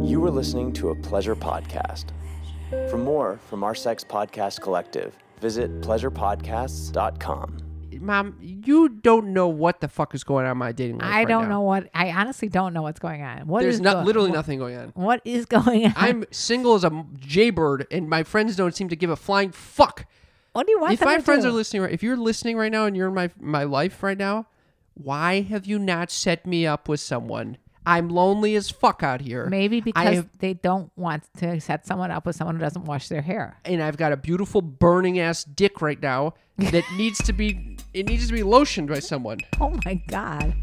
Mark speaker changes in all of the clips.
Speaker 1: You are listening to a pleasure podcast. For more from our Sex Podcast Collective, visit pleasurepodcasts.com.
Speaker 2: Mom, you don't know what the fuck is going on in my dating life.
Speaker 3: I
Speaker 2: right
Speaker 3: don't
Speaker 2: now.
Speaker 3: know what. I honestly don't know what's going on. What
Speaker 2: There's
Speaker 3: is
Speaker 2: not
Speaker 3: go-
Speaker 2: literally
Speaker 3: wh-
Speaker 2: nothing going on.
Speaker 3: What is going on?
Speaker 2: I'm single as a jaybird, and my friends don't seem to give a flying fuck.
Speaker 3: what do you want?
Speaker 2: if
Speaker 3: them
Speaker 2: my
Speaker 3: to
Speaker 2: friends
Speaker 3: do?
Speaker 2: are listening, right, if you're listening right now and you're in my my life right now, why have you not set me up with someone? I'm lonely as fuck out here.
Speaker 3: maybe
Speaker 2: I
Speaker 3: because
Speaker 2: have-
Speaker 3: they don't want to set someone up with someone who doesn't wash their hair.
Speaker 2: and I've got a beautiful burning ass dick right now that needs to be it needs to be lotioned by someone.
Speaker 3: Oh my god.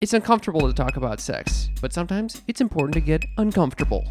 Speaker 2: It's uncomfortable to talk about sex, but sometimes it's important to get uncomfortable.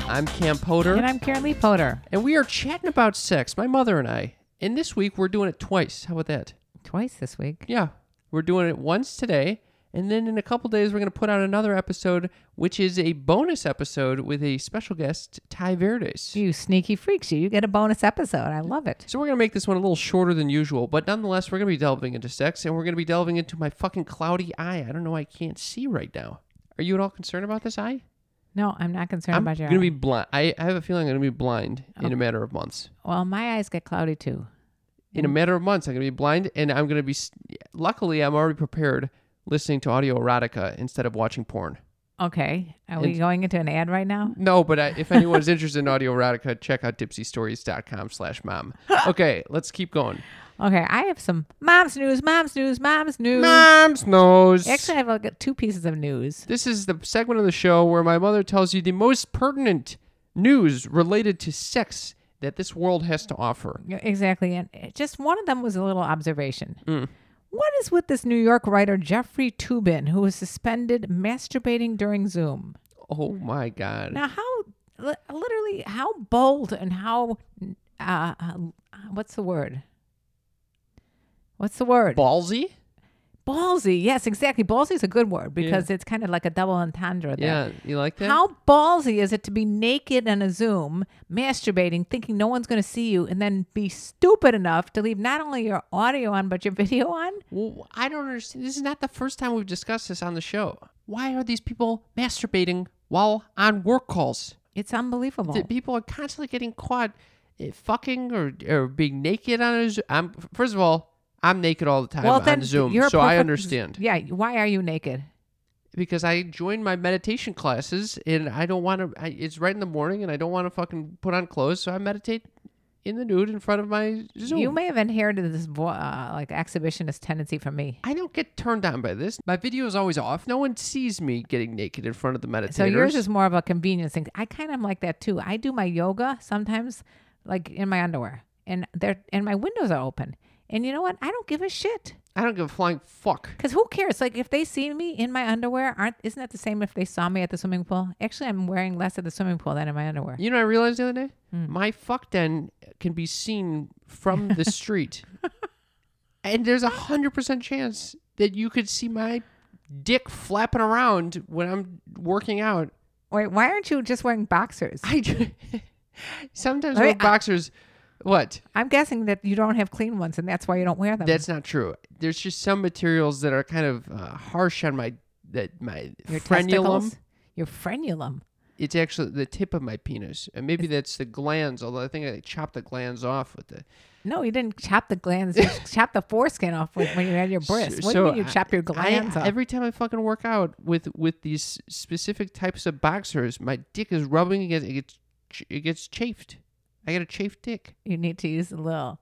Speaker 2: I'm Cam Potter,
Speaker 3: And I'm Karen Lee Potter.
Speaker 2: and we are chatting about sex, my mother and I. And this week we're doing it twice. How about that?
Speaker 3: Twice this week.
Speaker 2: Yeah, we're doing it once today, and then in a couple days we're going to put out another episode, which is a bonus episode with a special guest, Ty Verdes.
Speaker 3: You sneaky freaks, you. You get a bonus episode. I love it.
Speaker 2: So we're gonna make this one a little shorter than usual, but nonetheless, we're gonna be delving into sex, and we're gonna be delving into my fucking cloudy eye. I don't know, why I can't see right now. Are you at all concerned about this eye?
Speaker 3: No, I'm not concerned
Speaker 2: I'm
Speaker 3: about your
Speaker 2: gonna be blind. I, I have a feeling I'm gonna be blind in a matter of months.
Speaker 3: Well, my eyes get cloudy too.
Speaker 2: In a
Speaker 3: Mm.
Speaker 2: matter of months, I'm gonna be blind, and I'm gonna be. s- Luckily, I'm already prepared listening to audio erotica instead of watching porn.
Speaker 3: Okay. Are we
Speaker 2: It's-
Speaker 3: going into an ad right now?
Speaker 2: No, but I, if anyone's interested in audio erotica, check out dipsystories.com slash mom. Okay, let's keep going.
Speaker 3: Okay. I have some mom's news, mom's news, mom's news.
Speaker 2: Mom's nose.
Speaker 3: Actually, I have like two pieces of news.
Speaker 2: This is the segment of the show where my mother tells you the most pertinent news related to sex that this world has to offer.
Speaker 3: Yeah, Exactly. And it- just one of them was a little observation. What is with this New York writer, Jeffrey Tubin, who was suspended masturbating during Zoom?
Speaker 2: Oh my God.
Speaker 3: Now, how li- literally how bold and how uh, uh, what's the word? What's the word?
Speaker 2: Ballsy?
Speaker 3: ballsy. Yes, exactly. Ballsy is a good word because it's kind of like a double entendre. There.
Speaker 2: Yeah, you like that?
Speaker 3: How ballsy is it to be naked on a Zoom, masturbating, thinking no one's going to see you, and then be stupid enough to leave not only your audio on but your video on?
Speaker 2: Well, I don't understand. This is not the first time we've discussed this on the show. Why are these people masturbating while on work calls?
Speaker 3: It's unbelievable.
Speaker 2: That people are constantly getting caught eh, fucking or, or being naked on a Zoom. I'm, first of all, I'm naked all the time on Zoom,
Speaker 3: you're a
Speaker 2: so I
Speaker 3: perfect-
Speaker 2: understand.
Speaker 3: Yeah, why are you naked?
Speaker 2: because I joined my meditation classes and I don't want to. It's right in the morning and I don't want to fucking put on clothes, so I meditate in the nude in front of my Zoom.
Speaker 3: You may have inherited this vo- uh, like exhibitionist tendency from me.
Speaker 2: I don't get turned on by this. My video is always off. No one sees me getting naked in front of the meditators.
Speaker 3: So yours is more of a convenience thing. I kind of like that too. I do my yoga sometimes, like in my underwear, and they're and my windows are open. And you know what? I don't give a shit.
Speaker 2: I don't give a flying fuck.
Speaker 3: Cause who cares? Like if they see me in my underwear, aren't isn't that the same if they saw me at the swimming pool? Actually, I'm wearing less at the swimming pool than in my underwear.
Speaker 2: You know what I realized the other day?
Speaker 3: Hmm.
Speaker 2: My fuck den can be seen from the street. and there's a hundred percent chance that you could see my dick flapping around when I'm working out
Speaker 3: Wait, why aren't you just wearing boxers?
Speaker 2: I ju- sometimes
Speaker 3: Let me-
Speaker 2: with boxers. What?
Speaker 3: I'm guessing that you don't have clean ones, and that's why you don't wear them.
Speaker 2: That's not true. There's just some materials that are kind of uh, harsh on my that my
Speaker 3: your
Speaker 2: frenulum.
Speaker 3: testicles, your frenulum.
Speaker 2: It's actually the tip of my penis, and maybe that's the glands. Although I think I chopped the glands off with the.
Speaker 3: No, you didn't chop the glands. You chopped the foreskin off when, when you had your bris. What do you mean you
Speaker 2: I-
Speaker 3: chop your
Speaker 2: I-
Speaker 3: glands off?
Speaker 2: Every time I fucking work out with with these specific types of boxers, my dick is rubbing against it. Gets ch- it gets chafed. I got a chafed dick.
Speaker 3: you need to use a little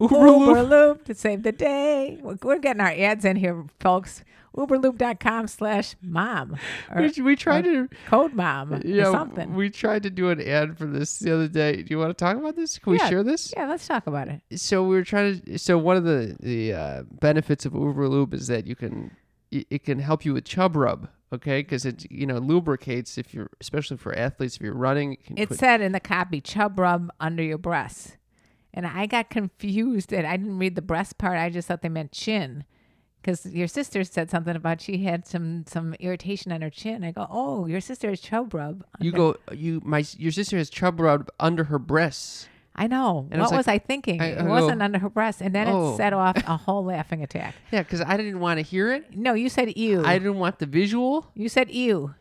Speaker 2: Oompa
Speaker 3: Uber Loop to save the day. We're, we're getting our ads in here, folks. Uberloop.com slash mom or
Speaker 2: We, we try to
Speaker 3: code mom
Speaker 2: Yeah,
Speaker 3: or something.
Speaker 2: we tried to do an ad for this the other day. Do you want to talk about this? Can
Speaker 3: Yeah.
Speaker 2: we share this?
Speaker 3: yeah, let's talk about it.
Speaker 2: So we were trying to. So one of the the uh, benefits of Uber Lube is that you can it, it can help you with chub rub. Okay, because it you know lubricates if you're especially for athletes if you're running. It can
Speaker 3: It
Speaker 2: put-
Speaker 3: said in the copy, chub rub under your breasts. And I got confused and I didn't read the breast part. I just thought they meant chin. Because your sister said something about she had some, some irritation on her chin. I go, oh, your sister is chub rub.
Speaker 2: you
Speaker 3: under-"
Speaker 2: go you my your sister has chub rub under her breasts.
Speaker 3: I know.
Speaker 2: And I
Speaker 3: what
Speaker 2: was like-
Speaker 3: was I thinking?
Speaker 2: I- I
Speaker 3: it
Speaker 2: go,
Speaker 3: wasn't under her breast. And then
Speaker 2: "Oh."
Speaker 3: it set off a whole laughing attack.
Speaker 2: Yeah, because I didn't want to hear it.
Speaker 3: No, you said ew.
Speaker 2: I didn't want the visual.
Speaker 3: you said ew.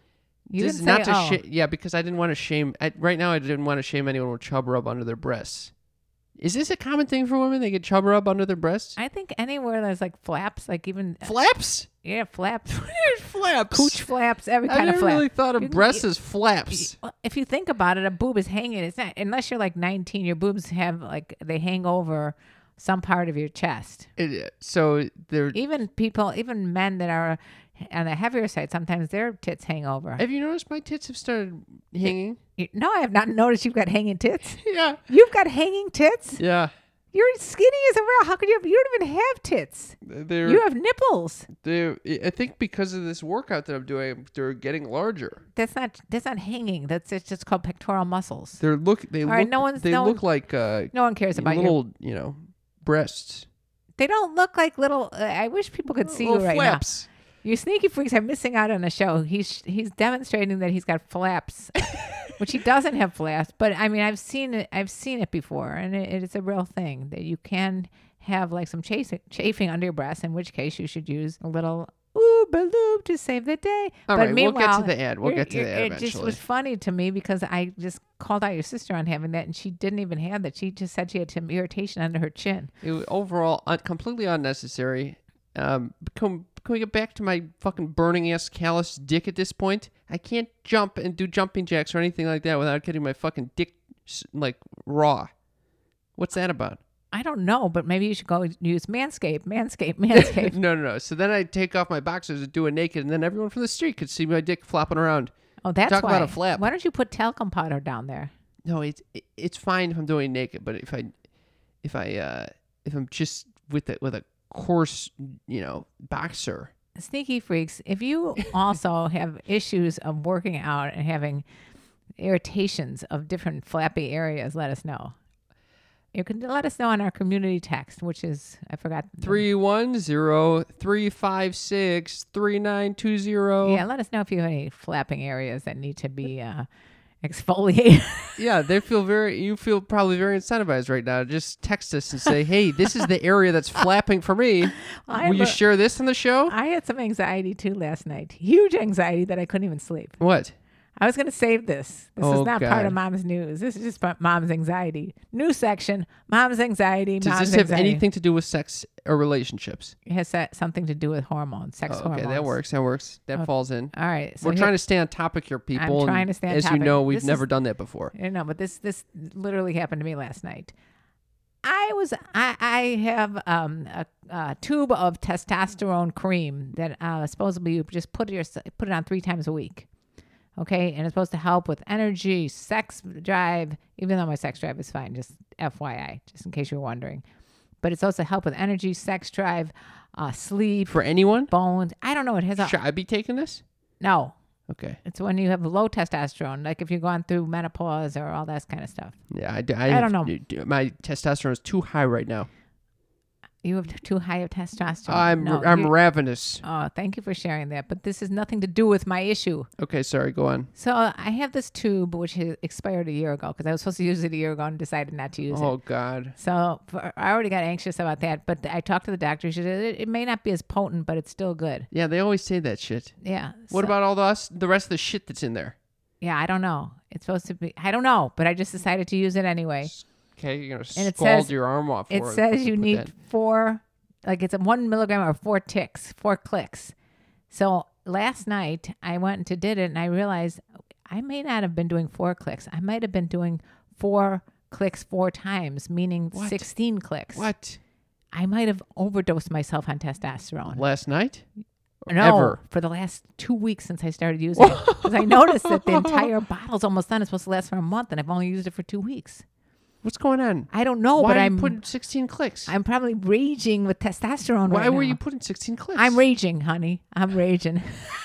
Speaker 3: You
Speaker 2: This
Speaker 3: didn't
Speaker 2: is
Speaker 3: say
Speaker 2: not to
Speaker 3: oh.
Speaker 2: sh- yeah, because I didn't want to shame. I, right now, I didn't want to shame anyone with chub rub under their breasts. Is this a common thing for women? They get chub rub under their breasts.
Speaker 3: I think anywhere there's like flaps, like even, uh,
Speaker 2: flaps,
Speaker 3: yeah, flaps,
Speaker 2: flaps,
Speaker 3: pooch flaps, every
Speaker 2: I
Speaker 3: kind
Speaker 2: never
Speaker 3: of flap.
Speaker 2: really thought
Speaker 3: You
Speaker 2: of
Speaker 3: can-
Speaker 2: breasts as flaps.
Speaker 3: Well, if you think about it, a boob is hanging. It's not unless you're like 19. Your boobs have like they hang over some part of your chest.
Speaker 2: It- so they're.
Speaker 3: Even people, even men that are on the heavier side, sometimes their tits hang over.
Speaker 2: Have you noticed my tits have started hanging?
Speaker 3: You- no, I have not noticed you've got hanging tits.
Speaker 2: Yeah,
Speaker 3: You've got hanging tits.
Speaker 2: yeah.
Speaker 3: You're skinny as a rail. How could you? Have, you don't even have tits.
Speaker 2: They're.
Speaker 3: You have nipples.
Speaker 2: they're. I think because of this workout that I'm doing, they're getting larger.
Speaker 3: That's not. That's not hanging. That's it's just called pectoral muscles.
Speaker 2: They're look. They
Speaker 3: All
Speaker 2: look.
Speaker 3: right, no one's-
Speaker 2: they
Speaker 3: no
Speaker 2: look like uh,
Speaker 3: No one cares about you.
Speaker 2: little. You know, breasts.
Speaker 3: They don't look like little. Uh, I wish people could see you
Speaker 2: Little
Speaker 3: right now.
Speaker 2: flaps.
Speaker 3: You sneaky freaks are missing out on a show. He's he's demonstrating that he's got flaps, which he doesn't have flaps. But I mean, I've seen it. I've seen it before, and it, it's a real thing that you can have like some chasing, chafing under your breast. In which case, you should use a little ooh baloob to save the day.
Speaker 2: All right,
Speaker 3: but
Speaker 2: we'll get to
Speaker 3: meanwhile,
Speaker 2: the ad. We'll
Speaker 3: you're-
Speaker 2: get to the
Speaker 3: you're-
Speaker 2: ad
Speaker 3: It just
Speaker 2: eventually.
Speaker 3: was funny to me because I just called out your sister on having that, and she didn't even have that. She just said she had some irritation under her chin.
Speaker 2: It was overall un- completely unnecessary. Um, can, can we get back to my fucking burning ass callous dick at this point? I can't jump and do jumping jacks or anything like that without getting my fucking dick s- like raw. What's that about?
Speaker 3: I don't know, but maybe you should go use Manscaped, Manscaped, Manscaped.
Speaker 2: No, no, no. So then I take off my boxers and do it naked, and then everyone from the street could see my dick flopping around.
Speaker 3: Oh, that's
Speaker 2: Talk
Speaker 3: why.
Speaker 2: about a flap.
Speaker 3: Why don't you put talcum powder down there?
Speaker 2: No, it's it, it's fine if I'm doing it naked, but if I if I uh, if I'm just with it with a coarse you know boxer,
Speaker 3: Sneaky freaks, if you also have issues of working out and having irritations of different flappy areas, let us know. You can let us know on our community text, which is I forgot the-
Speaker 2: Three one zero three five six three nine two zero.
Speaker 3: Yeah, let us know if you have any flapping areas that need to be uh, exfoliated.
Speaker 2: Yeah, they feel very. You feel probably very incentivized right now. Just text us and say, "Hey, this is the area that's flapping for me.
Speaker 3: I
Speaker 2: Will you
Speaker 3: lo-
Speaker 2: share this on the show?"
Speaker 3: I had some anxiety too last night. Huge anxiety that I couldn't even sleep.
Speaker 2: What?
Speaker 3: I was going to save this. This
Speaker 2: Oh,
Speaker 3: is not part
Speaker 2: God.
Speaker 3: of mom's news. This is just about mom's anxiety. New section, mom's anxiety.
Speaker 2: Does
Speaker 3: mom's
Speaker 2: this have
Speaker 3: anxiety.
Speaker 2: anything to do with sex or relationships?
Speaker 3: It has that something to do with hormones, sex
Speaker 2: Oh, okay,
Speaker 3: hormones.
Speaker 2: that works. That works. That falls in.
Speaker 3: All right. So
Speaker 2: We're trying to stay on topic here, people. and
Speaker 3: trying to stay on
Speaker 2: As you
Speaker 3: topic.
Speaker 2: know, we've
Speaker 3: This
Speaker 2: never
Speaker 3: is-
Speaker 2: done that before.
Speaker 3: I know, but this this literally happened to me last night. I was I I have um a, a tube of testosterone cream that uh, supposedly you just put your put it on three times a week. Okay, and it's supposed to help with energy, sex drive. Even though my sex drive is fine, just FYI, just in case you're wondering. But it's supposed to help with energy, sex drive, uh, sleep,
Speaker 2: For anyone,
Speaker 3: bones. I don't know. It has a
Speaker 2: should I be taking this?
Speaker 3: no.
Speaker 2: Okay.
Speaker 3: It's when you have low testosterone, like if you've gone through menopause or all that kind of stuff.
Speaker 2: Yeah, I, d- I
Speaker 3: I
Speaker 2: have-
Speaker 3: don't
Speaker 2: My testosterone is too high right now.
Speaker 3: You have too high of testosterone.
Speaker 2: I'm
Speaker 3: No,
Speaker 2: I'm
Speaker 3: you-
Speaker 2: ravenous.
Speaker 3: Oh, thank you for sharing that. But this has nothing to do with my issue.
Speaker 2: Okay, sorry. Go on.
Speaker 3: So uh, I have this tube which has expired a year ago because I was supposed to use it a year ago and decided not to use it.
Speaker 2: Oh God.
Speaker 3: So for, I already got anxious about that. But I talked to the doctor. She said it, it may not be as potent, but it's still good.
Speaker 2: Yeah, they always say that shit.
Speaker 3: Yeah.
Speaker 2: What
Speaker 3: So-
Speaker 2: about all the us, the rest of the shit that's in there?
Speaker 3: Yeah, I don't know. It's supposed to be. I don't know, but I just decided to use it anyway.
Speaker 2: Okay, you're gonna
Speaker 3: And it
Speaker 2: scald
Speaker 3: says-
Speaker 2: your arm off.
Speaker 3: It
Speaker 2: for
Speaker 3: says
Speaker 2: if
Speaker 3: you
Speaker 2: put
Speaker 3: need
Speaker 2: that-
Speaker 3: four, like it's a one milligram or four ticks, four clicks. So last night I went and did it, and I realized I may not have been doing four clicks. I might have been doing four clicks four times, meaning
Speaker 2: What?
Speaker 3: sixteen clicks.
Speaker 2: What?
Speaker 3: I might have overdosed myself on testosterone.
Speaker 2: Last night?
Speaker 3: No,
Speaker 2: Ever?
Speaker 3: for the last two weeks since I started using it, because I noticed that the entire bottle's almost done. It's supposed to last for a month, and I've only used it for two weeks.
Speaker 2: What's going on?
Speaker 3: I don't know,
Speaker 2: Why
Speaker 3: but
Speaker 2: are
Speaker 3: I'm
Speaker 2: you putting 16 clicks?
Speaker 3: I'm probably raging with testosterone.
Speaker 2: Why
Speaker 3: right
Speaker 2: were
Speaker 3: now.
Speaker 2: you putting 16 clicks?
Speaker 3: I'm raging, honey. I'm raging.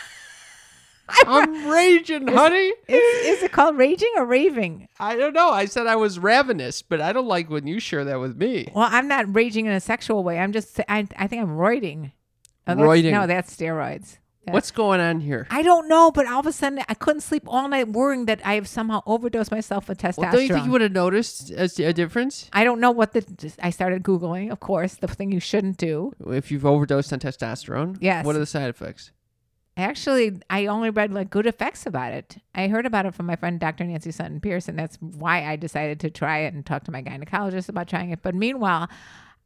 Speaker 2: I'm raging, honey.
Speaker 3: is, is it called raging or raving?
Speaker 2: I don't know. I said I was ravenous, but I don't like when you share that with me.
Speaker 3: Well, I'm not raging in a sexual way. I'm just I I think I'm roiding. Oh, that's-
Speaker 2: Roiding.
Speaker 3: No, that's steroids. That's-
Speaker 2: What's going on here?
Speaker 3: I don't know, but all of a sudden I couldn't sleep all night worrying that I have somehow overdosed myself with testosterone.
Speaker 2: Well, don't you think you would have noticed a, a difference
Speaker 3: I don't know what the. just- I started googling, of course, the thing you shouldn't do.
Speaker 2: if you've overdosed on testosterone?
Speaker 3: Yes.
Speaker 2: What are the side effects?
Speaker 3: Actually, I only read like good effects about it. I heard about it from my friend Dr. Nancy Sutton Pearson. That's why I decided to try it and talk to my gynecologist about trying it. But meanwhile,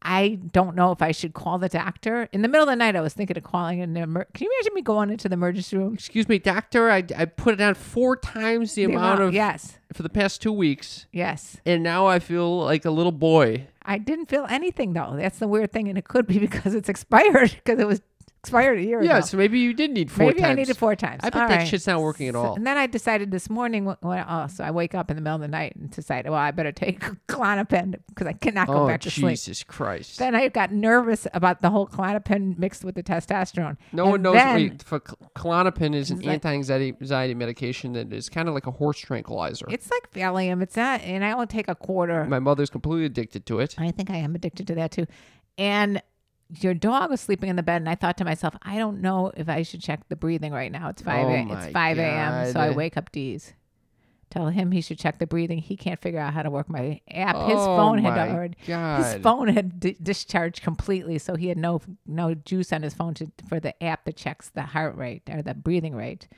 Speaker 3: I don't know if I should call the doctor. In the middle of the night, I was thinking of calling an emer- Can you imagine me going into the emergency room?
Speaker 2: Excuse me, doctor. I, I put it on four times the,
Speaker 3: The
Speaker 2: amount
Speaker 3: amount-
Speaker 2: of
Speaker 3: yes,
Speaker 2: for the past two weeks,
Speaker 3: yes.
Speaker 2: and now I feel like a little boy.
Speaker 3: I didn't feel anything though. That's the weird thing, and it could be because it's expired because it was expired a year
Speaker 2: Yeah,
Speaker 3: ago.
Speaker 2: so maybe you did need four
Speaker 3: Maybe
Speaker 2: times.
Speaker 3: I needed four times.
Speaker 2: I bet
Speaker 3: All
Speaker 2: that
Speaker 3: right.
Speaker 2: shit's not working at
Speaker 3: So-
Speaker 2: all.
Speaker 3: and then I decided this morning, wh- when, oh, so I wake up in the middle of the night and decide, well, I better take Clonopin because I cannot go
Speaker 2: oh
Speaker 3: back to sleep.
Speaker 2: Jesus Christ!
Speaker 3: Then I got nervous about the whole Clonopin mixed with the testosterone.
Speaker 2: no
Speaker 3: And
Speaker 2: one knows.
Speaker 3: Then,
Speaker 2: wait, for cl- Klonopin is an
Speaker 3: It's like-
Speaker 2: anti-anxiety anxiety medication that is kind of like a horse tranquilizer.
Speaker 3: It's like Valium. It's not, and I only take a quarter.
Speaker 2: My mother's completely addicted to it.
Speaker 3: I think I am addicted to that too. And your dog was sleeping in the bed, and I thought to myself, I don't know if I should check the breathing right now. It's five.
Speaker 2: Oh
Speaker 3: a,
Speaker 2: my
Speaker 3: it's five a.m. So I
Speaker 2: God.
Speaker 3: wake up D's. Tell him he should check the breathing. He can't figure out how to work my app. His
Speaker 2: Oh
Speaker 3: phone
Speaker 2: my
Speaker 3: had already. His
Speaker 2: God.
Speaker 3: phone had di discharged completely, so he had no no juice on his phone to, for the app that checks the heart rate or the breathing rate.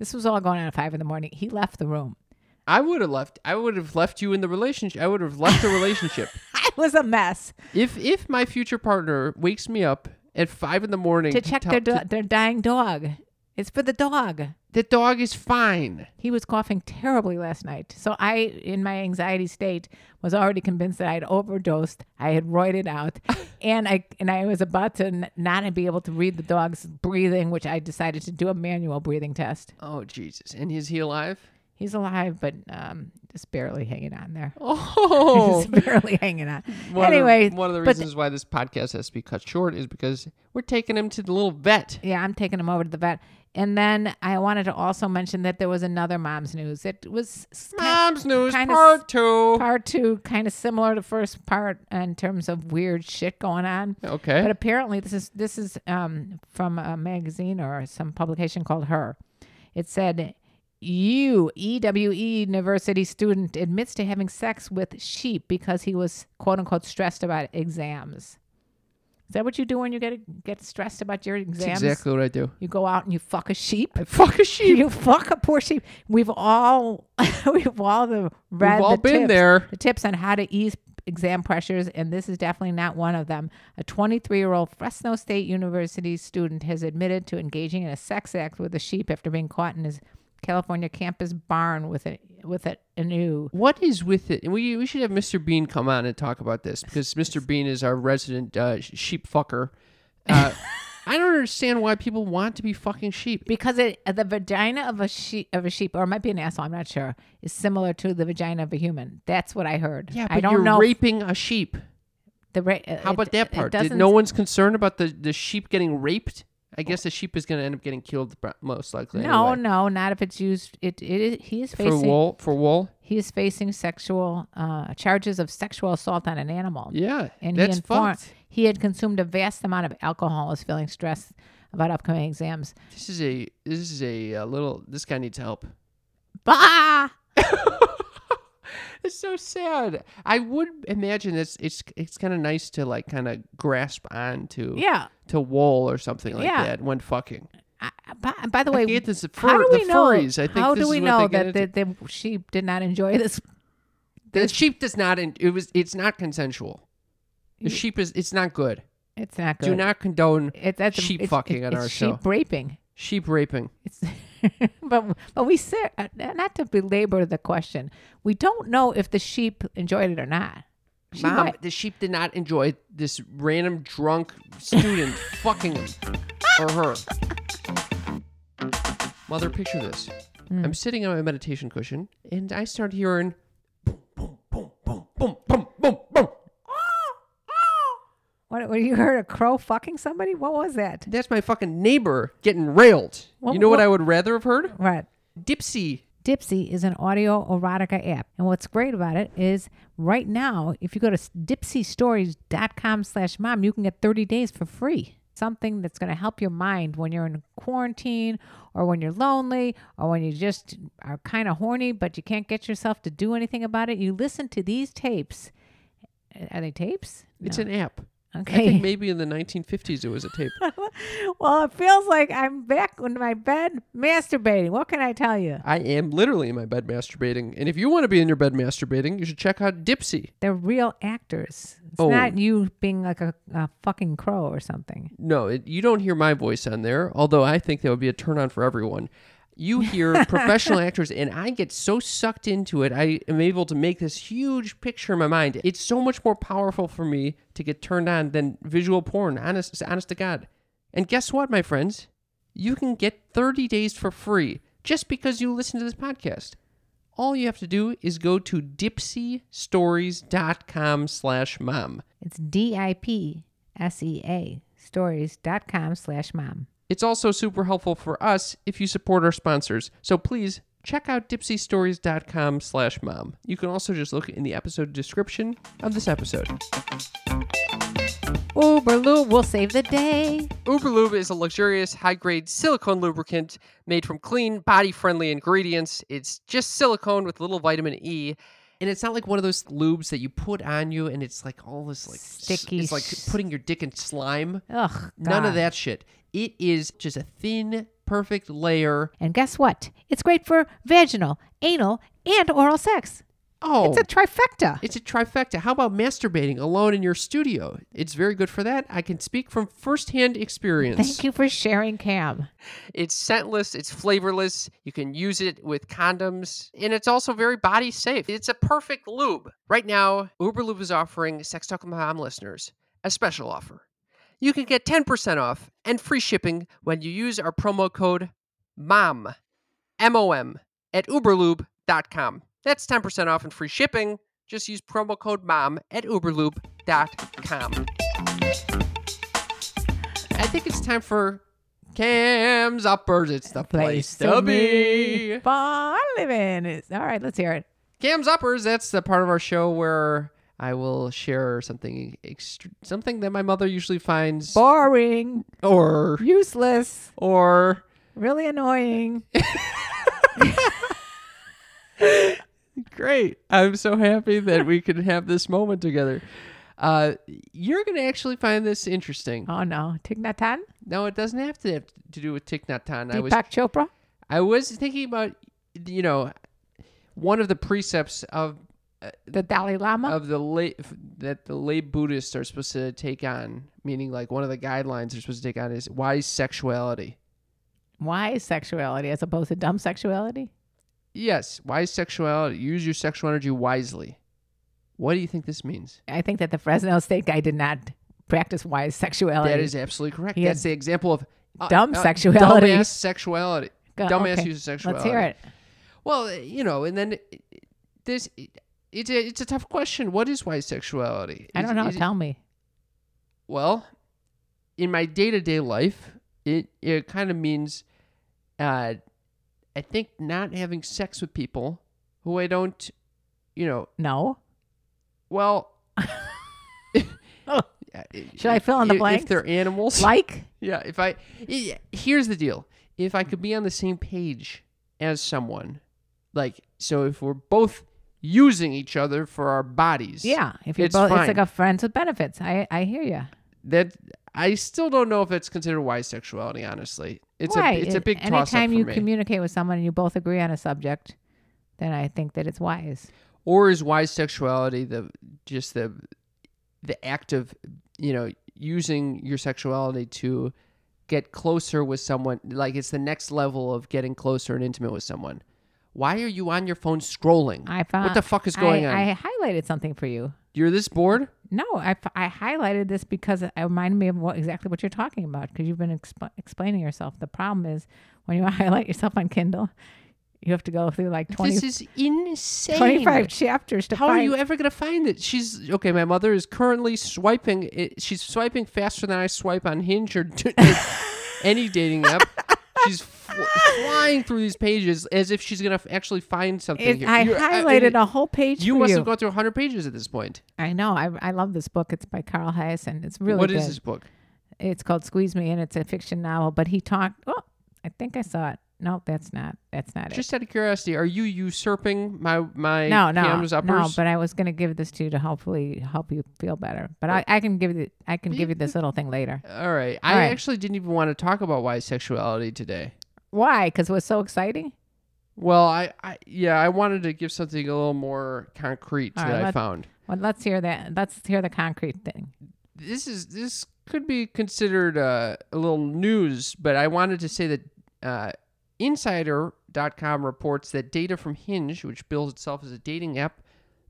Speaker 3: This was all going on at five in the morning. He left the room.
Speaker 2: I would have left. I would have left you in the relationship. I would have left the relationship.
Speaker 3: I was a mess
Speaker 2: if if my future partner wakes me up at five in the morning
Speaker 3: to check
Speaker 2: tell-
Speaker 3: their
Speaker 2: to-
Speaker 3: do- their dying dog. It's for the dog.
Speaker 2: the dog is fine.
Speaker 3: He was coughing terribly last night. So I, in my anxiety state, was already convinced that I had overdosed. I had roided out, and I and I was about to n- not be able to read the dog's breathing, which I decided to do a manual breathing test.
Speaker 2: Oh Jesus! And is he alive?
Speaker 3: He's alive, but um, just barely hanging on there.
Speaker 2: Oh.
Speaker 3: Just barely hanging on.
Speaker 2: One of the-
Speaker 3: anyway,
Speaker 2: one of the
Speaker 3: but-
Speaker 2: reasons why this podcast has to be cut short is because we're taking him to the little vet.
Speaker 3: Yeah, I'm taking him over to the vet. And then I wanted to also mention that there was another mom's news. It was s- kind-
Speaker 2: Mom's news
Speaker 3: kinda
Speaker 2: part
Speaker 3: s-
Speaker 2: two.
Speaker 3: part two kind of similar to first part in terms of weird shit going on
Speaker 2: okay.
Speaker 3: but apparently this is this is um, from a magazine or some publication called her it said you ewe university student admits to having sex with sheep because he was quote unquote stressed about exams is that what you do when you get get stressed about your
Speaker 2: That's
Speaker 3: exams
Speaker 2: exactly what I do.
Speaker 3: you go out and you fuck a sheep
Speaker 2: I fuck a sheep.
Speaker 3: you fuck a poor sheep. We've all we've all the read
Speaker 2: all
Speaker 3: the
Speaker 2: been
Speaker 3: tips,
Speaker 2: there.
Speaker 3: The tips on how to ease exam pressures, and this is definitely not one of them. A 23-year-old Fresno State University student has admitted to engaging in a sex act with a sheep after being caught in his California campus barn with a with a anu.
Speaker 2: What is with it? We we should have Mr. Bean come on and talk about this because Mr. Bean is our resident uh, sh- sheep fucker. Uh, I don't understand why people want to be fucking sheep.
Speaker 3: Because it, the vagina of a sheep, of a sheep, or it might be an asshole, I'm not sure, is similar to the vagina of a human. That's what I heard.
Speaker 2: Yeah, but
Speaker 3: I don't
Speaker 2: you're
Speaker 3: know.
Speaker 2: raping a sheep.
Speaker 3: the ra-
Speaker 2: How about that part? Did-
Speaker 3: doesn't
Speaker 2: no one's concerned about the, the sheep getting raped. I guess the sheep is going to end up getting killed pro- most likely.
Speaker 3: No,
Speaker 2: anyway.
Speaker 3: no, not if it's used. It, it is, he is
Speaker 2: for
Speaker 3: facing
Speaker 2: wool for wool.
Speaker 3: he is facing sexual uh, charges of sexual assault on an animal.
Speaker 2: Yeah,
Speaker 3: and
Speaker 2: that's
Speaker 3: he informed
Speaker 2: fucked.
Speaker 3: he had consumed a vast amount of alcohol, is feeling stressed about upcoming exams.
Speaker 2: This is a this is a, uh little. This guy needs help.
Speaker 3: Bah!
Speaker 2: It's so sad. I would imagine it's it's it's kind of nice to like kind of grasp on to
Speaker 3: Yeah.
Speaker 2: to wool or something like
Speaker 3: Yeah.
Speaker 2: that when fucking.
Speaker 3: I, by, by the way,
Speaker 2: I get this. The,
Speaker 3: how do
Speaker 2: fur, the
Speaker 3: we know?
Speaker 2: furries. I think
Speaker 3: how
Speaker 2: this
Speaker 3: do we
Speaker 2: is
Speaker 3: know
Speaker 2: what they
Speaker 3: that the, the sheep did not enjoy this?
Speaker 2: the, the sheep does not? en- It was. It's not consensual. The sheep is. It's not good.
Speaker 3: It's not good.
Speaker 2: Do not condone
Speaker 3: It, that's a-
Speaker 2: sheep
Speaker 3: it's-
Speaker 2: fucking
Speaker 3: it-
Speaker 2: on
Speaker 3: it's
Speaker 2: our
Speaker 3: sheep
Speaker 2: show.
Speaker 3: raping.
Speaker 2: Sheep raping.
Speaker 3: It's but but we said uh, not to belabor the question. We don't know if the sheep enjoyed it or not. She
Speaker 2: Mom,
Speaker 3: might-
Speaker 2: the sheep did not enjoy this random drunk student fucking him or her. Mother, picture this.
Speaker 3: Hmm.
Speaker 2: I'm sitting on my meditation cushion and I start hearing boom, boom, boom, boom, boom, boom,
Speaker 3: When you heard a crow fucking somebody, what was that?
Speaker 2: That's my fucking neighbor getting railed.
Speaker 3: What-
Speaker 2: you know what,
Speaker 3: what-
Speaker 2: I would rather have heard?
Speaker 3: Right.
Speaker 2: Dipsy.
Speaker 3: Dipsy is an audio erotica app. And what's great about it is right now, if you go to dipsystories.com slash mom, you can get 30 days for free. Something that's going to help your mind when you're in quarantine or when you're lonely or when you just are kind of horny, but you can't get yourself to do anything about it. You listen to these tapes. Are they tapes?
Speaker 2: It's an app. I
Speaker 3: Okay.
Speaker 2: think maybe in the 1950s it was a tape.
Speaker 3: well, it feels like I'm back in my bed masturbating. What can I tell you?
Speaker 2: I am literally in my bed masturbating. And if you want to be in your bed masturbating, you should check out Dipsy.
Speaker 3: They're real actors. It's
Speaker 2: Oh.
Speaker 3: not you being like a, a fucking crow or something.
Speaker 2: No, it, you don't hear my voice on there, although I think that would be a turn on for everyone. You hear professional actors, and I get so sucked into it. I am able to make this huge picture in my mind. It's so much more powerful for me to get turned on than visual porn, honest, honest to God. And guess what, my friends? You can get 30 days for free just because you listen to this podcast. All you have to do is go to dipsystories.com slash mom.
Speaker 3: It's D I P S E A stories.com slash mom.
Speaker 2: It's also super helpful for us if you support our sponsors. So please check out dipsystories.com slash mom. You can also just look in the episode description of this episode.
Speaker 3: Uberloo will save the day.
Speaker 2: Uberlube is a luxurious high-grade silicone lubricant made from clean, body-friendly ingredients. It's just silicone with little vitamin E. And it's not like one of those lubes that you put on you and it's like all this like s-
Speaker 3: Sticky
Speaker 2: It's like
Speaker 3: s-
Speaker 2: putting your dick in slime.
Speaker 3: Ugh.
Speaker 2: None of
Speaker 3: God.
Speaker 2: that shit. It is just a thin, perfect layer.
Speaker 3: And guess what? It's great for vaginal, anal, and oral sex.
Speaker 2: Oh,
Speaker 3: It's a trifecta.
Speaker 2: It's a trifecta. How about masturbating alone in your studio? It's very good for that. I can speak from firsthand experience.
Speaker 3: Thank you for sharing, Cam.
Speaker 2: It's scentless, it's flavorless. You can use it with condoms, and it's also very body safe. It's a perfect lube. Right now, Uberlube is offering Sex Talk with My Mom listeners a special offer. You can get 10% off and free shipping when you use our promo code MOM, M O M, at uberlube.com. That's 10% off and free shipping. Just use promo code MOM at uberlube.com. I think it's time for Cam's Uppers. It's the place, to be.
Speaker 3: Fun living. It's- All right, let's hear it.
Speaker 2: Cam's Uppers. That's the part of our show where I will share something ext- something that my mother usually finds
Speaker 3: Boring,
Speaker 2: or
Speaker 3: useless,
Speaker 2: or
Speaker 3: really annoying.
Speaker 2: great. I'm so happy that we could have this moment together. Uh, you're gonna actually find this interesting.
Speaker 3: Oh no, Thich Nhat Hanh?
Speaker 2: No, it doesn't have to have to do with Thich Nhat Hanh. I was
Speaker 3: Deepak Chopra?
Speaker 2: I was thinking about you know one of the precepts of
Speaker 3: The Dalai Lama?
Speaker 2: of the lay f- that the lay Buddhists are supposed to take on, meaning like one of the guidelines they're supposed to take on is wise sexuality.
Speaker 3: Why sexuality as opposed to dumb sexuality?
Speaker 2: Yes, wise sexuality. Use your sexual energy wisely. What do you think this means?
Speaker 3: I think that the Fresno State guy did not practice wise sexuality.
Speaker 2: that is absolutely correct.
Speaker 3: he had
Speaker 2: That's the example of uh,
Speaker 3: dumb
Speaker 2: uh,
Speaker 3: sexuality.
Speaker 2: Dumbass sexuality.
Speaker 3: Go-
Speaker 2: dumbass
Speaker 3: okay.
Speaker 2: use of sexuality.
Speaker 3: Let's hear it.
Speaker 2: Well, uh, you know, and then it- it- this. it- It's a, it's a tough question. What is wise sexuality?
Speaker 3: I
Speaker 2: Is-
Speaker 3: don't know.
Speaker 2: is it-
Speaker 3: Tell me.
Speaker 2: Well, in my day to day life, it it kind of means, uh, I think not having sex with people who I don't, you know.
Speaker 3: No.
Speaker 2: Well,
Speaker 3: Oh. Should I fill in the
Speaker 2: if-
Speaker 3: blanks?
Speaker 2: If they're animals,
Speaker 3: Like?
Speaker 2: yeah. If I yeah, here's the deal: if I could be on the same page as someone, like so, if we're both using each other for our bodies,
Speaker 3: Yeah. If you're
Speaker 2: It's
Speaker 3: both,
Speaker 2: fine.
Speaker 3: it's like a friends with benefits. I I hear you.
Speaker 2: that I still don't know if it's considered wise sexuality. Honestly, it's
Speaker 3: Why?
Speaker 2: a it's a
Speaker 3: It-
Speaker 2: big toss up
Speaker 3: Anytime
Speaker 2: for
Speaker 3: you
Speaker 2: me.
Speaker 3: communicate with someone and you both agree on a subject, then I think that it's wise.
Speaker 2: or is wise sexuality the just the the act of you know using your sexuality to get closer with someone? Like it's the next level of getting closer and intimate with someone. Why are you on your phone scrolling?
Speaker 3: I found
Speaker 2: what the fuck is going
Speaker 3: I-
Speaker 2: on?
Speaker 3: I highlighted something for you.
Speaker 2: You're this bored.
Speaker 3: No, I, I highlighted this because it reminded me of what exactly what you're talking about because you've been exp- explaining yourself. The problem is when you highlight yourself on Kindle, You have to go through like 20,
Speaker 2: this is insane.
Speaker 3: 25 chapters to
Speaker 2: How
Speaker 3: find
Speaker 2: are you ever going to find it? She's okay. My mother is currently swiping. It, she's swiping faster than I swipe on Hinge or d- any dating app. She's fl- flying through these pages as if she's going to actually find something.
Speaker 3: It-
Speaker 2: here.
Speaker 3: I
Speaker 2: You're-
Speaker 3: highlighted
Speaker 2: I-
Speaker 3: a whole page
Speaker 2: You
Speaker 3: for
Speaker 2: must
Speaker 3: you.
Speaker 2: have gone through 100 pages at this point.
Speaker 3: I know. I, I love this book. It's by Carl Hyacin. It's really
Speaker 2: What
Speaker 3: good.
Speaker 2: is this book?
Speaker 3: It's called Squeeze Me, and it's a fiction novel. But he talked. Oh, I think I saw it. No, that's not. That's not
Speaker 2: Just out of curiosity, are you usurping my my
Speaker 3: it. No, no,
Speaker 2: Cam's uppers?
Speaker 3: no. But I was going to give this to you to hopefully help you feel better. But I, I can give it. I can give you this little thing later.
Speaker 2: All right. I
Speaker 3: All right.
Speaker 2: actually didn't even want to talk about why sexuality today.
Speaker 3: Why? Because it was so exciting.
Speaker 2: Well, I, I yeah, I wanted to give something a little more concrete
Speaker 3: All
Speaker 2: that
Speaker 3: right,
Speaker 2: I
Speaker 3: let-
Speaker 2: found.
Speaker 3: Well, let's hear that. Let's hear the concrete thing.
Speaker 2: This is this could be considered uh, a little news, but I wanted to say that uh, Insider.com reports that data from Hinge, which bills itself as a dating app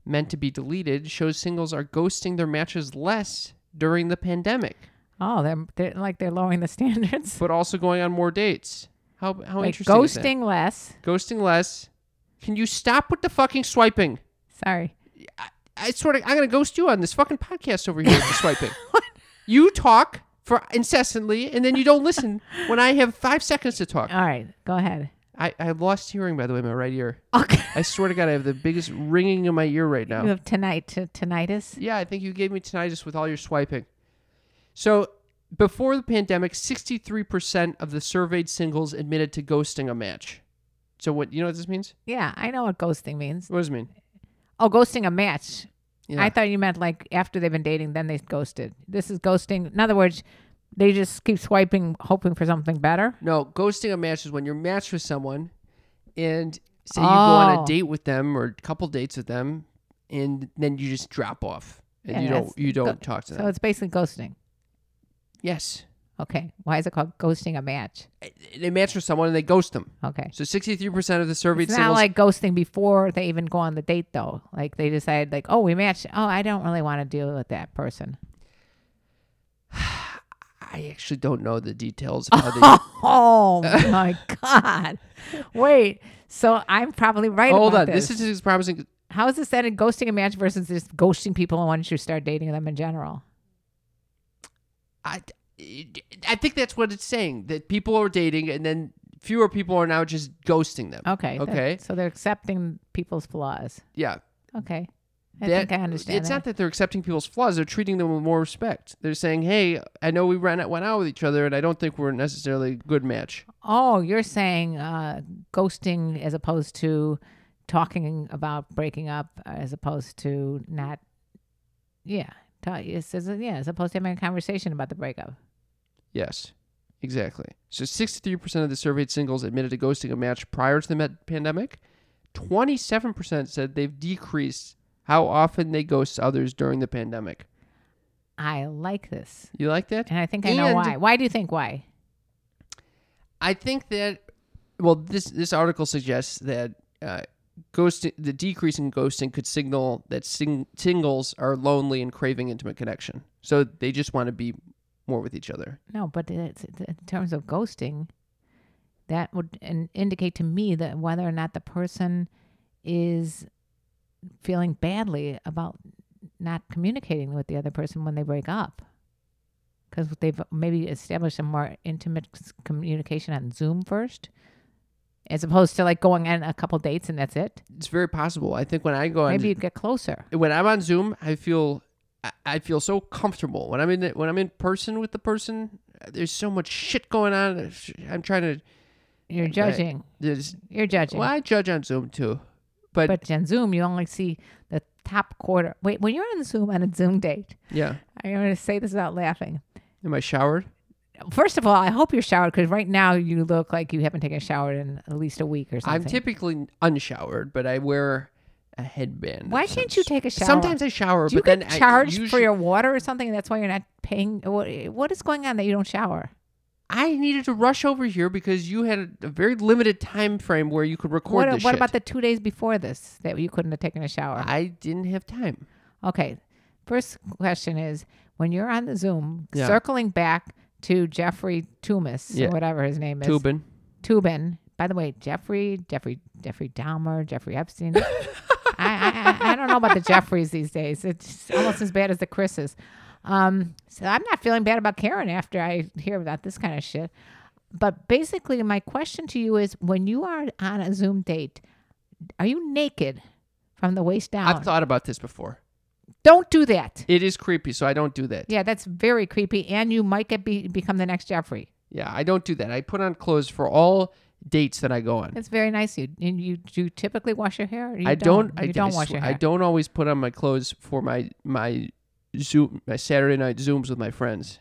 Speaker 2: meant to be deleted, shows singles are ghosting their matches less during the pandemic,
Speaker 3: Oh, they're, they're like they're lowering the standards.
Speaker 2: but also going on more dates. How how
Speaker 3: Like
Speaker 2: interesting! is that?
Speaker 3: ghosting less.
Speaker 2: ghosting less. Can you stop with the fucking swiping?
Speaker 3: Sorry.
Speaker 2: I swear to, I'm gonna ghost you on this fucking podcast over here with the swiping. You talk for incessantly and then you don't listen when I have five seconds to talk.
Speaker 3: All right. Go ahead.
Speaker 2: I, I lost hearing by the way, my right ear.
Speaker 3: Okay.
Speaker 2: I swear to God, I have the biggest ringing in my ear right now.
Speaker 3: You have tonight to tinnitus.
Speaker 2: Yeah, I think you gave me tinnitus with all your swiping. So, before the pandemic, 63% of the surveyed singles admitted to ghosting a match. So, what you know what this means?
Speaker 3: Yeah, I know what ghosting means.
Speaker 2: What does it mean?
Speaker 3: Oh, ghosting a match.
Speaker 2: Yeah.
Speaker 3: I thought you meant like after they've been dating, then they ghosted. This is ghosting. In other words, they just keep swiping, hoping for something better.
Speaker 2: No, ghosting a match is when you're matched with someone and say you go on
Speaker 3: Oh.
Speaker 2: a date with them or a couple dates with them and then you just drop off and
Speaker 3: Yeah,
Speaker 2: you
Speaker 3: that's-
Speaker 2: don't you don't
Speaker 3: go-
Speaker 2: talk to them.
Speaker 3: So it's basically ghosting.
Speaker 2: yes.
Speaker 3: Okay. Why is it called ghosting a match?
Speaker 2: They match with someone and they ghost them.
Speaker 3: Okay.
Speaker 2: So 63% of the surveyed
Speaker 3: It's not
Speaker 2: singles
Speaker 3: like ghosting before they even go on the date, though. Like they decide, like, oh, we matched. Oh, I don't really want to deal with that person.
Speaker 2: I actually don't know the details of how they
Speaker 3: Oh my god! Wait. So I'm probably right.
Speaker 2: Hold
Speaker 3: about
Speaker 2: on. This. is as promising
Speaker 3: How is this that in ghosting a match versus just ghosting people once you start dating them in general?
Speaker 2: I I think that's what it's saying that people are dating and then fewer people are now just ghosting them.
Speaker 3: Okay. that-
Speaker 2: Okay.
Speaker 3: so they're accepting people's flaws.
Speaker 2: Yeah.
Speaker 3: Okay. I
Speaker 2: That-
Speaker 3: think I understand.
Speaker 2: It's
Speaker 3: that.
Speaker 2: not that they're accepting people's flaws; they're treating them with more respect. They're saying, "Hey, I know we ran out, went out with each other, and I don't think we're necessarily a good match."
Speaker 3: oh, you're saying uh, ghosting as opposed to talking about breaking up, uh, as opposed to not. Yeah. Ta- It's, it's, yeah, as opposed to having a conversation about the breakup.
Speaker 2: Yes, exactly. So, sixty-three percent of the surveyed singles admitted to ghosting a match prior to the met- pandemic. Twenty-seven percent said they've decreased how often they ghost others during the pandemic.
Speaker 3: I like this.
Speaker 2: You like that?
Speaker 3: And I think I know
Speaker 2: And-
Speaker 3: why. Why do you think why?
Speaker 2: I think that well, this this article suggests that uh, ghosting the decrease in ghosting could signal that sing- singles are lonely and craving intimate connection, so they just want to be more with each other.
Speaker 3: No, but it's, it's- in terms of ghosting, that would in, indicate to me that whether or not the person is feeling badly about not communicating with the other person when they break up. Because they've maybe established a more intimate s- communication on Zoom first, as opposed to like going on a couple dates and that's it.
Speaker 2: It's very possible. I think when I go on,
Speaker 3: Maybe you get closer.
Speaker 2: when I'm on Zoom, I feel I, I feel so comfortable. When I'm in when I'm in person with the person, there's so much shit going on. I'm trying to
Speaker 3: You're judging.
Speaker 2: there's
Speaker 3: You're judging.
Speaker 2: well, I judge on Zoom too, but,
Speaker 3: But on Zoom, you only see the top quarter. Wait, when you're on Zoom on a Zoom date,
Speaker 2: yeah,
Speaker 3: I'm going to say this without laughing.
Speaker 2: am I showered?
Speaker 3: First of all, I hope you're showered because right now you look like you haven't taken a shower in at least a week or something.
Speaker 2: I'm typically unshowered, but I wear a headband.
Speaker 3: Why
Speaker 2: of some
Speaker 3: can't you take a
Speaker 2: sort.
Speaker 3: shower?
Speaker 2: Sometimes I shower,
Speaker 3: Do you
Speaker 2: but then
Speaker 3: get charged
Speaker 2: I
Speaker 3: for
Speaker 2: usually-
Speaker 3: your water or something? And that's why you're not paying. What, what is going on that you don't shower?
Speaker 2: I needed to rush over here because you had a, a very limited time frame where you could record
Speaker 3: What,
Speaker 2: this.
Speaker 3: what
Speaker 2: shit.
Speaker 3: about the two days before this that you couldn't have taken a shower?
Speaker 2: I didn't have time.
Speaker 3: Okay. First question is when you're on the Zoom,
Speaker 2: Yeah.
Speaker 3: circling back to Jeffrey Tumis,
Speaker 2: Yeah.
Speaker 3: or whatever his name is,
Speaker 2: Tubin.
Speaker 3: Tubin, By the way, Jeffrey, Jeffrey, Jeffrey Dahmer, Jeffrey Epstein. I, I, I I don't know about the Jeffreys these days. It's almost as bad as the Chris's. Um, so I'm not feeling bad about Karen after I hear about this kind of shit. But basically, my question to you is: When you are on a Zoom date, are you naked from the waist down?
Speaker 2: I've thought about this before.
Speaker 3: don't do that.
Speaker 2: It is creepy, so I don't do that.
Speaker 3: Yeah, that's very creepy, and you might get be- become the next Jeffrey.
Speaker 2: Yeah, I don't do that. I put on clothes for all dates that I go on.
Speaker 3: That's very nice. of You and you do you typically wash your hair. Or you
Speaker 2: I don't. I,
Speaker 3: You don't
Speaker 2: I
Speaker 3: wash
Speaker 2: swear-
Speaker 3: your hair.
Speaker 2: I don't always put on my clothes for my my zoom my Saturday night zooms with my friends.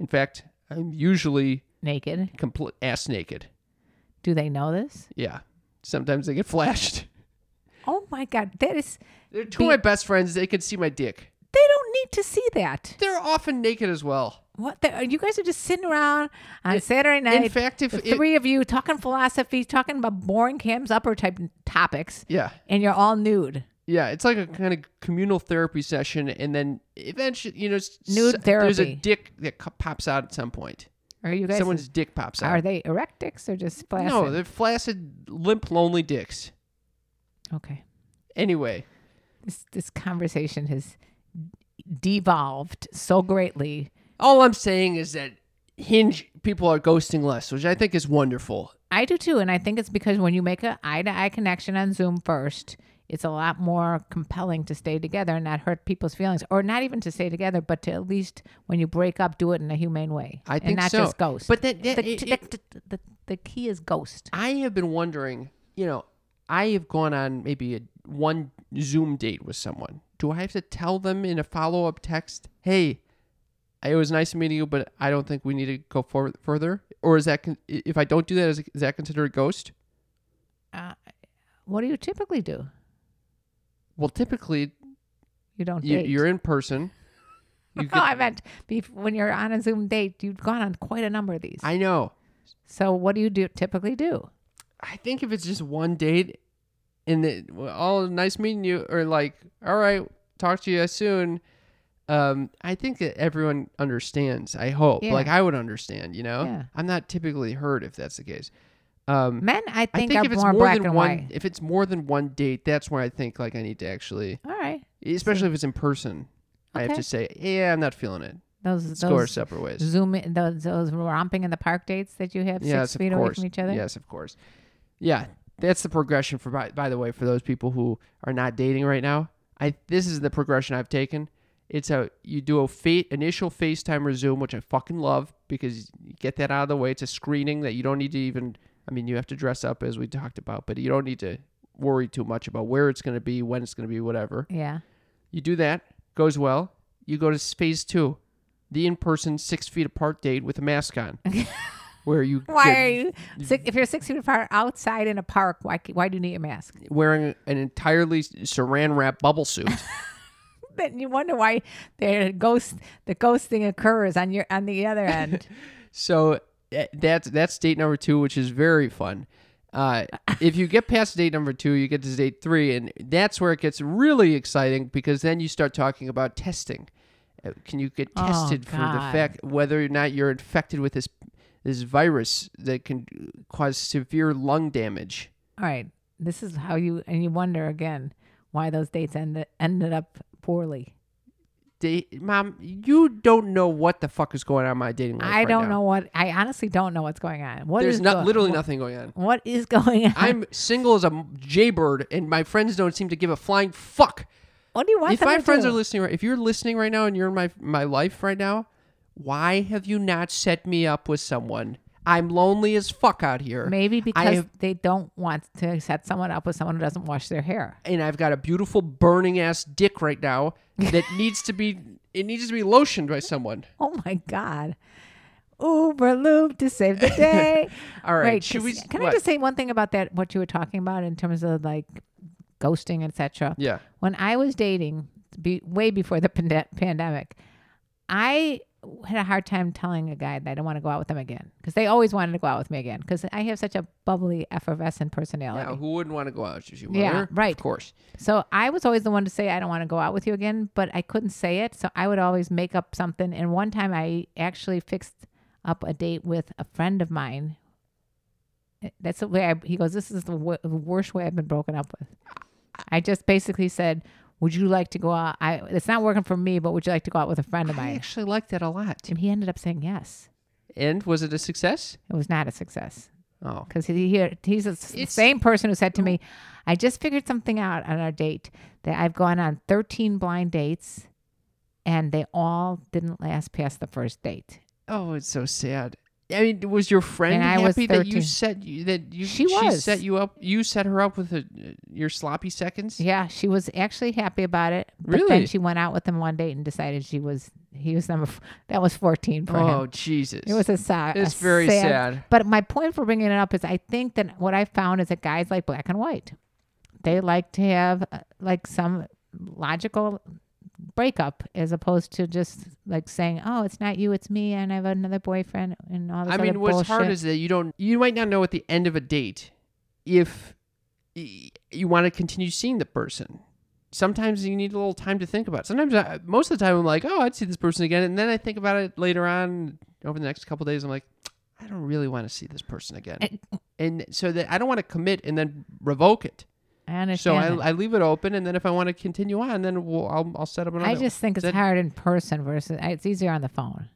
Speaker 2: In fact, I'm usually
Speaker 3: naked.
Speaker 2: complete ass naked.
Speaker 3: Do they know this?
Speaker 2: Yeah. Sometimes they get flashed.
Speaker 3: Oh my God, that is.
Speaker 2: They're two of my
Speaker 3: Be-
Speaker 2: best friends. They can see my dick.
Speaker 3: They don't need to see that.
Speaker 2: They're often naked as well.
Speaker 3: What the, you guys are just sitting around on Saturday night.
Speaker 2: fact, if
Speaker 3: the
Speaker 2: it-
Speaker 3: three of you talking philosophy, talking about boring Cam's upper type topics,
Speaker 2: Yeah.
Speaker 3: and you're all nude.
Speaker 2: Yeah, it's like a kind of communal therapy session, and then eventually, you know, s-
Speaker 3: Nude
Speaker 2: s- There's a
Speaker 3: therapy.
Speaker 2: dick that co- pops out at some point.
Speaker 3: Are you guys?
Speaker 2: Someone's dick pops out.
Speaker 3: are they erect dicks or just flaccid?
Speaker 2: No, they're flaccid, limp, lonely dicks.
Speaker 3: okay.
Speaker 2: Anyway,
Speaker 3: This this conversation has devolved so greatly.
Speaker 2: all I'm saying is that Hinge people are ghosting less, which I think is wonderful.
Speaker 3: I do too, and I think it's because when you make a eye to eye connection on Zoom first, it's a lot more compelling to stay together and not hurt people's feelings, or not even to stay together, but to at least when you break up, do it in a humane way.
Speaker 2: I
Speaker 3: and
Speaker 2: think
Speaker 3: not
Speaker 2: so.
Speaker 3: just ghost.
Speaker 2: But that- that-
Speaker 3: the,
Speaker 2: it-
Speaker 3: the, the, the, the key is ghost.
Speaker 2: I have been wondering, you know, I have gone on maybe a one Zoom date with someone. Do I have to tell them in a follow up text, "Hey, it was nice meeting you, but I don't think we need to go for- further"? Or is that con- if I don't do that, is, is that considered a ghost?
Speaker 3: Uh, what do you typically do?
Speaker 2: Well, typically
Speaker 3: You don't
Speaker 2: you,
Speaker 3: date.
Speaker 2: you're in person. You
Speaker 3: no,
Speaker 2: get-
Speaker 3: I meant bef- when you're on a Zoom date, you've gone on quite a number of these.
Speaker 2: I know.
Speaker 3: so what do you do typically do?
Speaker 2: I think if it's just one date, and it, all nice meeting you, or like, all right, talk to you soon. Um, I think that everyone understands. I hope,
Speaker 3: Yeah.
Speaker 2: like, I would understand. You know,
Speaker 3: Yeah.
Speaker 2: I'm not typically hurt if that's the case. Um,
Speaker 3: Men, I think,
Speaker 2: I think
Speaker 3: are
Speaker 2: if it's
Speaker 3: more,
Speaker 2: more
Speaker 3: black
Speaker 2: than
Speaker 3: and
Speaker 2: one,
Speaker 3: white.
Speaker 2: if it's more than one date, that's where I think like I need to actually,
Speaker 3: All right,
Speaker 2: especially if it's in person, I have
Speaker 3: Okay.
Speaker 2: to say, yeah, I'm not feeling it.
Speaker 3: those
Speaker 2: Let's
Speaker 3: those
Speaker 2: go our separate ways.
Speaker 3: Zoom in, those, those romping in the park dates that you have
Speaker 2: yes,
Speaker 3: six feet
Speaker 2: of
Speaker 3: away
Speaker 2: course.
Speaker 3: from each other.
Speaker 2: Yes, of course. Yeah, that's the progression for by, by the way for those people who are not dating right now. I this is the progression I've taken. It's a you do a fa- initial FaceTime or Zoom, which I fucking love because you get that out of the way. It's a screening that you don't need to even. I mean, you have to dress up as we talked about, but you don't need to worry too much about where it's going to be, when it's going to be, whatever.
Speaker 3: Yeah.
Speaker 2: You do that, goes well. You go to phase two, the in-person six feet apart date with a mask on, where you
Speaker 3: Why
Speaker 2: get-
Speaker 3: are you? Six, if you're six feet apart outside in a park, why c- why do you need a mask?
Speaker 2: wearing an entirely saran wrap bubble suit.
Speaker 3: Then you wonder why the ghost the ghosting occurs on your on the other end.
Speaker 2: so eh, that's that's date number two, which is very fun. Uh, if you get past date number two, you get to date three, and that's where it gets really exciting because then you start talking about testing. Uh, Can you get
Speaker 3: Oh,
Speaker 2: tested for the
Speaker 3: God.
Speaker 2: fact whether or not you're infected with this this virus that can uh, cause severe lung damage?
Speaker 3: All right, this is how you and you wonder again why those dates ended ended up poorly.
Speaker 2: Da- Mom, you don't know what the fuck is going on in my dating life.
Speaker 3: I
Speaker 2: right
Speaker 3: don't
Speaker 2: now.
Speaker 3: know what I honestly don't know what's going on. What
Speaker 2: There's
Speaker 3: is
Speaker 2: not
Speaker 3: go-
Speaker 2: literally nothing going on.
Speaker 3: What is going on?
Speaker 2: I'm single as a jaybird, and my friends don't seem to give a flying fuck.
Speaker 3: what do you want?
Speaker 2: if
Speaker 3: them
Speaker 2: my
Speaker 3: to
Speaker 2: friends
Speaker 3: do?
Speaker 2: are listening, right, if you're listening right now and you're in my my life right now, why have you not set me up with someone? I'm lonely as fuck out here.
Speaker 3: Maybe
Speaker 2: I
Speaker 3: because
Speaker 2: have,
Speaker 3: they don't want to set someone up with someone who doesn't wash their hair.
Speaker 2: and I've got a beautiful burning ass dick right now that needs to be it needs to be lotioned by someone.
Speaker 3: Oh my God. Uber lube to save the day.
Speaker 2: All right,
Speaker 3: Wait,
Speaker 2: should we-
Speaker 3: Can
Speaker 2: what?
Speaker 3: I just say one thing about that? What you were talking about in terms of like ghosting, etc.
Speaker 2: Yeah.
Speaker 3: When I was dating, be, way before the pande- pandemic, I had a hard time telling a guy that I don't want to go out with them again because they always wanted to go out with me again because I have such a bubbly, effervescent personality.
Speaker 2: Now, who wouldn't want to go out with your mother?
Speaker 3: Yeah, right.
Speaker 2: Of course.
Speaker 3: So I was always the one to say, I don't want to go out with you again, but I couldn't say it. So I would always make up something. And one time I actually fixed up a date with a friend of mine Eh, That's the way I, he goes. This is the, w- the worst way I've been broken up with. I just basically said, "Would you like to go out? I it's not working for me, but would you like to go out with a friend of
Speaker 2: I
Speaker 3: mine?"
Speaker 2: actually like that a lot.
Speaker 3: And he ended up saying yes.
Speaker 2: And was it a success?
Speaker 3: It was not a success
Speaker 2: Oh,
Speaker 3: because he, he he's the s-
Speaker 2: It's- Oh.
Speaker 3: same person who said to me, "I just figured something out on our date that I've gone on 13 blind dates, and they all didn't last past the first date."
Speaker 2: oh, it's so sad. I mean, was your friend
Speaker 3: And I was
Speaker 2: happy that you
Speaker 3: 13.
Speaker 2: set you that you
Speaker 3: She was.
Speaker 2: set you up? You set her up with a, your sloppy seconds.
Speaker 3: Yeah, she was actually happy about it. But
Speaker 2: Really?
Speaker 3: Then she went out with him one date and decided she was he was number f- that was 14 for
Speaker 2: oh
Speaker 3: him.
Speaker 2: Jesus!
Speaker 3: It was a sad.
Speaker 2: It's
Speaker 3: a
Speaker 2: very sad.
Speaker 3: But my point for bringing it up is I think that what I found is that guys like black and white. They like to have uh, like some logical breakup as opposed to just like saying, "Oh, it's not you, it's me, and I have another boyfriend and all this
Speaker 2: I
Speaker 3: other
Speaker 2: mean, what's hard
Speaker 3: bullshit."
Speaker 2: is that you don't you might not know at the end of a date if y- you want to continue seeing the person. Sometimes you need a little time to think about. It. Sometimes, I, most of the time, I'm like, "Oh, I'd see this person again," and then I think about it later on over the next couple of days. I'm like, "I don't really want to see this person again," and so that I don't want to commit and then revoke it.
Speaker 3: I
Speaker 2: So
Speaker 3: understand. that.
Speaker 2: I, I leave it open, and then if I want to continue on, then we'll, I'll, I'll set up another.
Speaker 3: I just think it's
Speaker 2: that-
Speaker 3: hard in person versus it's easier on the phone.
Speaker 2: one.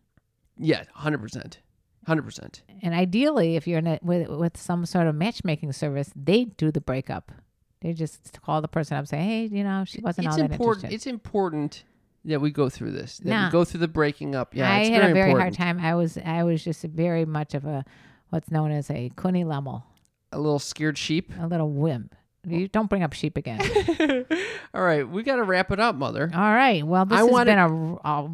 Speaker 2: yeah, hundred percent, hundred percent.
Speaker 3: And ideally, if you're in a, with with some sort of matchmaking service, they do the breakup. They just call the person up, and say, "Hey, you know, she wasn't
Speaker 2: it's
Speaker 3: all that
Speaker 2: important.
Speaker 3: interested."
Speaker 2: It's important that we go through this. That we
Speaker 3: No.
Speaker 2: go through the breaking up. Yeah,
Speaker 3: I
Speaker 2: it's
Speaker 3: had
Speaker 2: very
Speaker 3: a very
Speaker 2: important.
Speaker 3: hard time. I was I was just very much of a what's known as a Cooney Lummel,
Speaker 2: A little scared sheep.
Speaker 3: a little wimp. You don't bring up sheep again.
Speaker 2: All right, we got to wrap it up, mother.
Speaker 3: all right. Well, this
Speaker 2: I
Speaker 3: has
Speaker 2: wanted-
Speaker 3: been a, a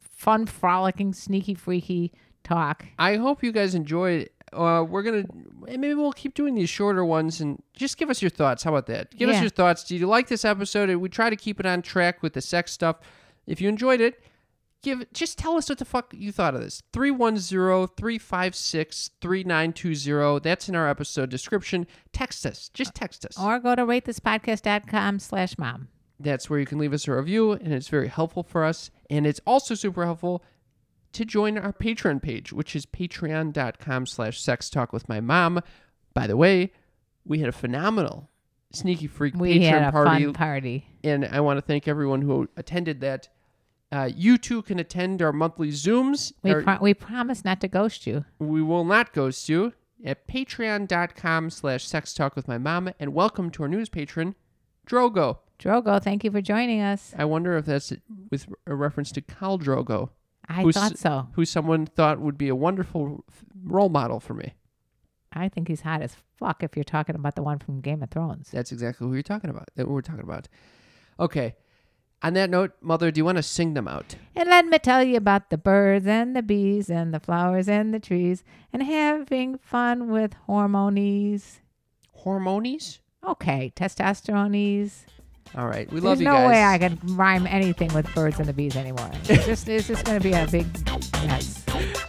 Speaker 3: fun, frolicking, sneaky, freaky talk.
Speaker 2: I hope you guys enjoyed. Uh, we're gonna and maybe we'll keep doing these shorter ones and just give us your thoughts. How about that? Give us
Speaker 3: Yeah.
Speaker 2: your thoughts. Did you like this episode? We try to keep it on track with the sex stuff. If you enjoyed it, give just tell us what the fuck you thought of this 310-356-3920 that's in our episode description text us just text us
Speaker 3: Or go to ratethispodcast.com slash mom.
Speaker 2: That's where you can leave us a review, and it's very helpful for us. And it's also super helpful to join our Patreon page, which is patreon.com slash sex talk with my mom. By the way, we had a phenomenal sneaky freak
Speaker 3: We
Speaker 2: Patreon
Speaker 3: had a
Speaker 2: party,
Speaker 3: fun party.
Speaker 2: and I want to thank everyone who attended that. Uh, you too can attend our monthly Zooms.
Speaker 3: We,
Speaker 2: Our-
Speaker 3: pro- we promise not to ghost you.
Speaker 2: we will not ghost you at patreon.com slash sex talk with my mom. And welcome to our newest patron, Drogo.
Speaker 3: Drogo, thank you for joining us.
Speaker 2: I wonder if that's with a reference to Khal Drogo,
Speaker 3: I
Speaker 2: Who's-
Speaker 3: thought so.
Speaker 2: who someone thought would be a wonderful f- role model for me.
Speaker 3: I think he's hot as fuck if you're talking about the one from Game of Thrones.
Speaker 2: That's exactly who you're talking about. That we're talking about. Okay. On that note, mother, do you want to sing them out?
Speaker 3: And let me tell you about the birds and the bees and the flowers and the trees and having fun with hormonies.
Speaker 2: Hormonies.
Speaker 3: Okay, testosterones.
Speaker 2: All right. We
Speaker 3: There's
Speaker 2: love you
Speaker 3: no
Speaker 2: guys.
Speaker 3: way I can rhyme anything with birds and the bees anymore. It's just, it's just going to be a big mess.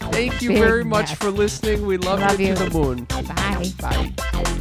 Speaker 2: Thank you
Speaker 3: Big
Speaker 2: very much
Speaker 3: mess.
Speaker 2: for listening. We love,
Speaker 3: Love
Speaker 2: you
Speaker 3: you.
Speaker 2: to the moon.
Speaker 3: Bye.
Speaker 2: Bye.